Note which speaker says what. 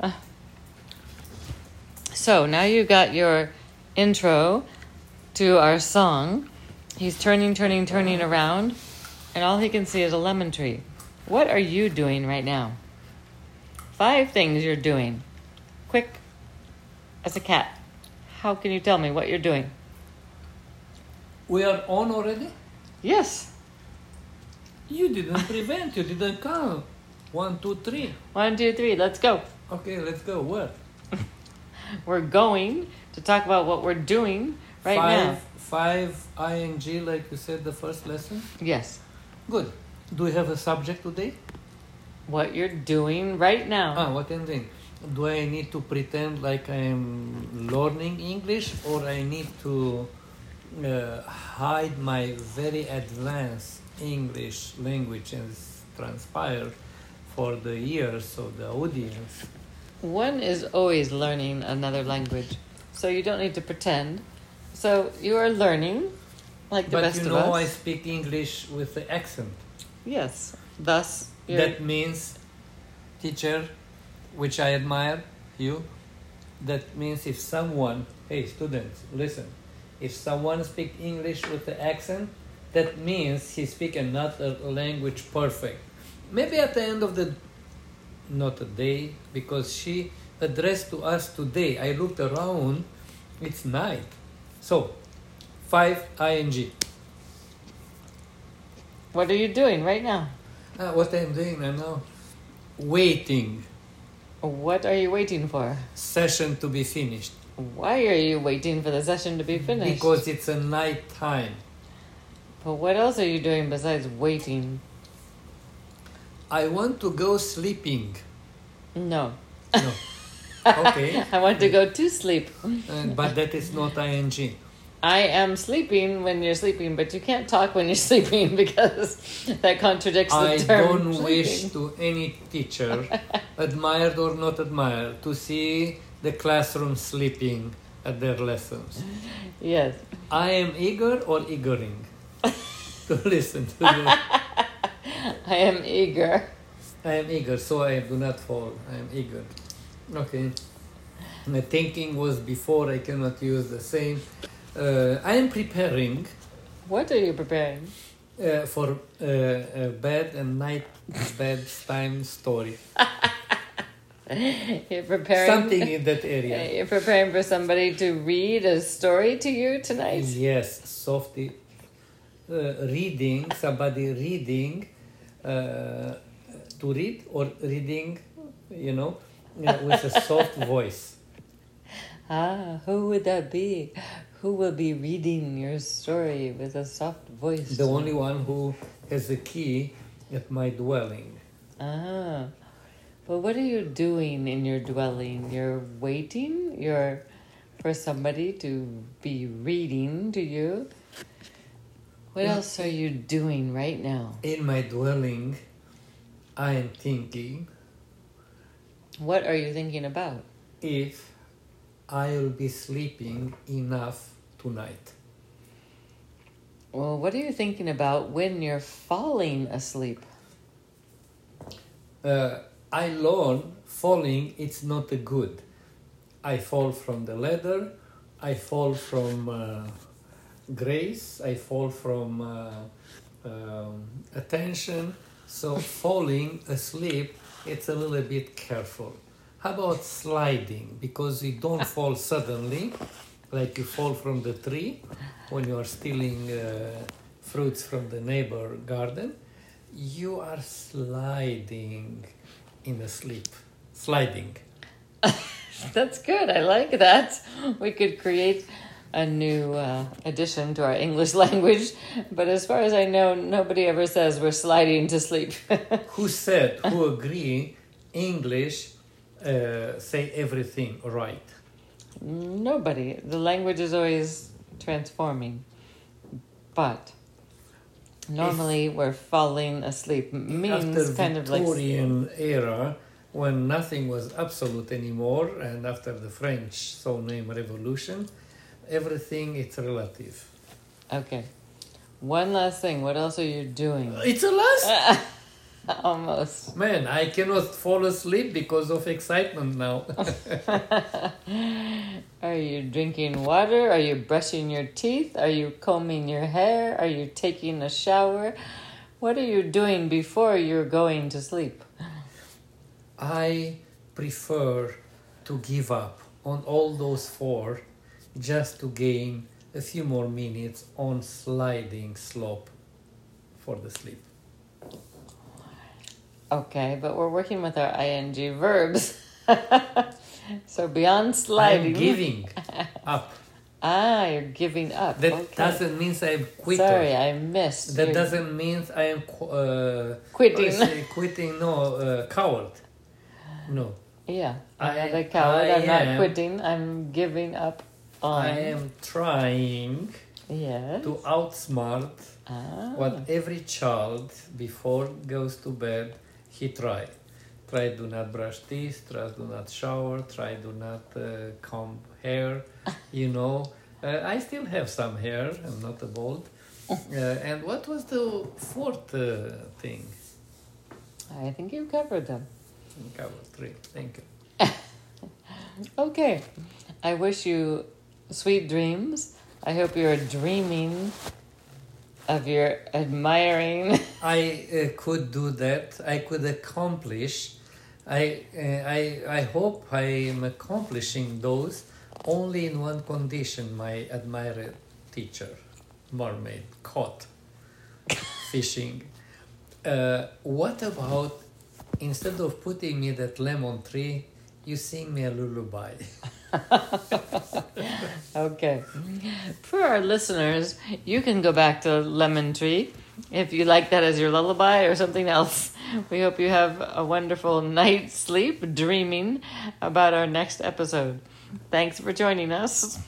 Speaker 1: Uh, so now you got your intro to our song. He's turning, turning, turning around, and all he can see is a lemon tree. What are you doing right now? Five things you're doing. Quick, as a cat, how can you tell me what you're doing?
Speaker 2: We are on already?
Speaker 1: Yes.
Speaker 2: You didn't prevent, you didn't count. One, two, three.
Speaker 1: One, two, three, let's go.
Speaker 2: Okay, let's go. Where?
Speaker 1: We're going to talk about what we're doing right
Speaker 2: five,
Speaker 1: now.
Speaker 2: Five ing, like you said, the first lesson.
Speaker 1: Yes.
Speaker 2: Good. Do we have a subject today?
Speaker 1: What you're doing right now.
Speaker 2: Ah, what I'm doing. Do I need to pretend like I'm learning English, or I need to uh, hide my very advanced English language and s- transpire for the ears of the audience?
Speaker 1: One is always learning another language, so you don't need to pretend. So you are learning, like the
Speaker 2: but
Speaker 1: best
Speaker 2: you
Speaker 1: of
Speaker 2: know, I
Speaker 1: us.
Speaker 2: speak English with the accent.
Speaker 1: Yes. Thus, you're,
Speaker 2: That means, teacher, which I admire you, that means if someone, hey students, listen, if someone speak English with the accent, that means he speak another language perfect. Maybe at the end of the, not a day, because she addressed to us today. I looked around, it's night. So, five ing.
Speaker 1: what are you doing right now?
Speaker 2: Ah, what I'm doing right now, waiting.
Speaker 1: What are you waiting for?
Speaker 2: session to be finished
Speaker 1: Why are you waiting for the session to be finished?
Speaker 2: because it's a night time.
Speaker 1: But what else are you doing besides waiting?
Speaker 2: I want to go sleeping.
Speaker 1: No.
Speaker 2: No. okay.
Speaker 1: I want to go to sleep.
Speaker 2: And, but that is not ing.
Speaker 1: I am sleeping when you're sleeping, but you can't talk when you're sleeping because that contradicts the
Speaker 2: I
Speaker 1: term.
Speaker 2: don't wish
Speaker 1: sleeping.
Speaker 2: to any teacher, admired or not admired, to see the classroom sleeping at their lessons.
Speaker 1: Yes.
Speaker 2: I am eager or eagering to listen to the
Speaker 1: I am eager.
Speaker 2: I am eager, so I do not fall. I am eager. Okay. My thinking was before, I cannot use the same. Uh, I am preparing
Speaker 1: What are you preparing?
Speaker 2: uh, for uh, a bed and night bedtime story.
Speaker 1: You're preparing
Speaker 2: Something in that
Speaker 1: Uh,
Speaker 2: area.
Speaker 1: You're preparing for somebody to read a story to you tonight.
Speaker 2: Yes, softy. Uh, reading, somebody reading, uh, to read or reading, you know, uh, with a soft voice.
Speaker 1: Ah, who would that be? Who will be reading your story with a soft voice?
Speaker 2: the only one who has a key at my dwelling.
Speaker 1: Ah, but what are you doing in your dwelling? You're waiting. You're for somebody to be reading to you. What else are you doing right now?
Speaker 2: In my dwelling, I am thinking
Speaker 1: What are you thinking about?
Speaker 2: if I'll be sleeping enough tonight.
Speaker 1: Well, what are you thinking about when you're falling asleep?
Speaker 2: Uh, I learn falling, it's not a good. I fall from the ladder, I fall from uh, grace, I fall from uh, um, attention. So, falling asleep, it's a little bit careful. How about sliding? Because you don't fall suddenly, like you fall from the tree when you are stealing uh, fruits from the neighbor garden. You are sliding in the sleep. Sliding.
Speaker 1: That's good. I like that. We could create a new uh, addition to our English language, but as far as I know, nobody ever says we're sliding to sleep.
Speaker 2: Who said, who agree, English uh, say everything right.
Speaker 1: nobody. The language is always transforming. But normally we're falling asleep means
Speaker 2: after
Speaker 1: kind of like
Speaker 2: Victorian era, when nothing was absolute anymore, and after the French so-named revolution, everything it's relative.
Speaker 1: okay. One last thing. What else are you doing?
Speaker 2: It's a last.
Speaker 1: Almost.
Speaker 2: Man, I cannot fall asleep because of excitement now.
Speaker 1: Are you drinking water? Are you brushing your teeth? Are you combing your hair? Are you taking a shower? What are you doing before you're going to sleep?
Speaker 2: I prefer to give up on all those four just to gain a few more minutes on sliding slope for the sleep.
Speaker 1: Okay, but we're working with our ing verbs. so beyond
Speaker 2: I'm
Speaker 1: sliding.
Speaker 2: giving up.
Speaker 1: Ah, you're giving up.
Speaker 2: That
Speaker 1: okay.
Speaker 2: doesn't mean I'm quitting.
Speaker 1: Sorry, I missed.
Speaker 2: That
Speaker 1: your-
Speaker 2: doesn't mean I am qu- uh,
Speaker 1: Quitting.
Speaker 2: I say quitting. No, uh, coward. No,
Speaker 1: Yeah, I'm
Speaker 2: I-
Speaker 1: not a coward.
Speaker 2: I
Speaker 1: I'm not
Speaker 2: am-
Speaker 1: quitting. I'm giving up on.
Speaker 2: I am trying
Speaker 1: Yes.
Speaker 2: to outsmart
Speaker 1: Ah.
Speaker 2: what every child before goes to bed he try. Try do not brush teeth. Try do not shower. Try do not uh, comb hair. You know, uh, I still have some hair. I'm not a bald. Uh, and what was the fourth uh, thing?
Speaker 1: I think you covered them.
Speaker 2: Cover three. Thank you.
Speaker 1: Okay. I wish you sweet dreams. I hope you're dreaming of your admiring.
Speaker 2: I uh, could do that. I could accomplish. I, uh, I, I hope I am accomplishing those only in one condition, my admired teacher, mermaid, caught fishing. Uh, what about instead of putting me that lemon tree, you sing me a lullaby?
Speaker 1: Okay. For our listeners, you can go back to Lemon Tree if you like that as your lullaby or something else. We hope you have a wonderful night's sleep dreaming about our next episode. Thanks for joining us.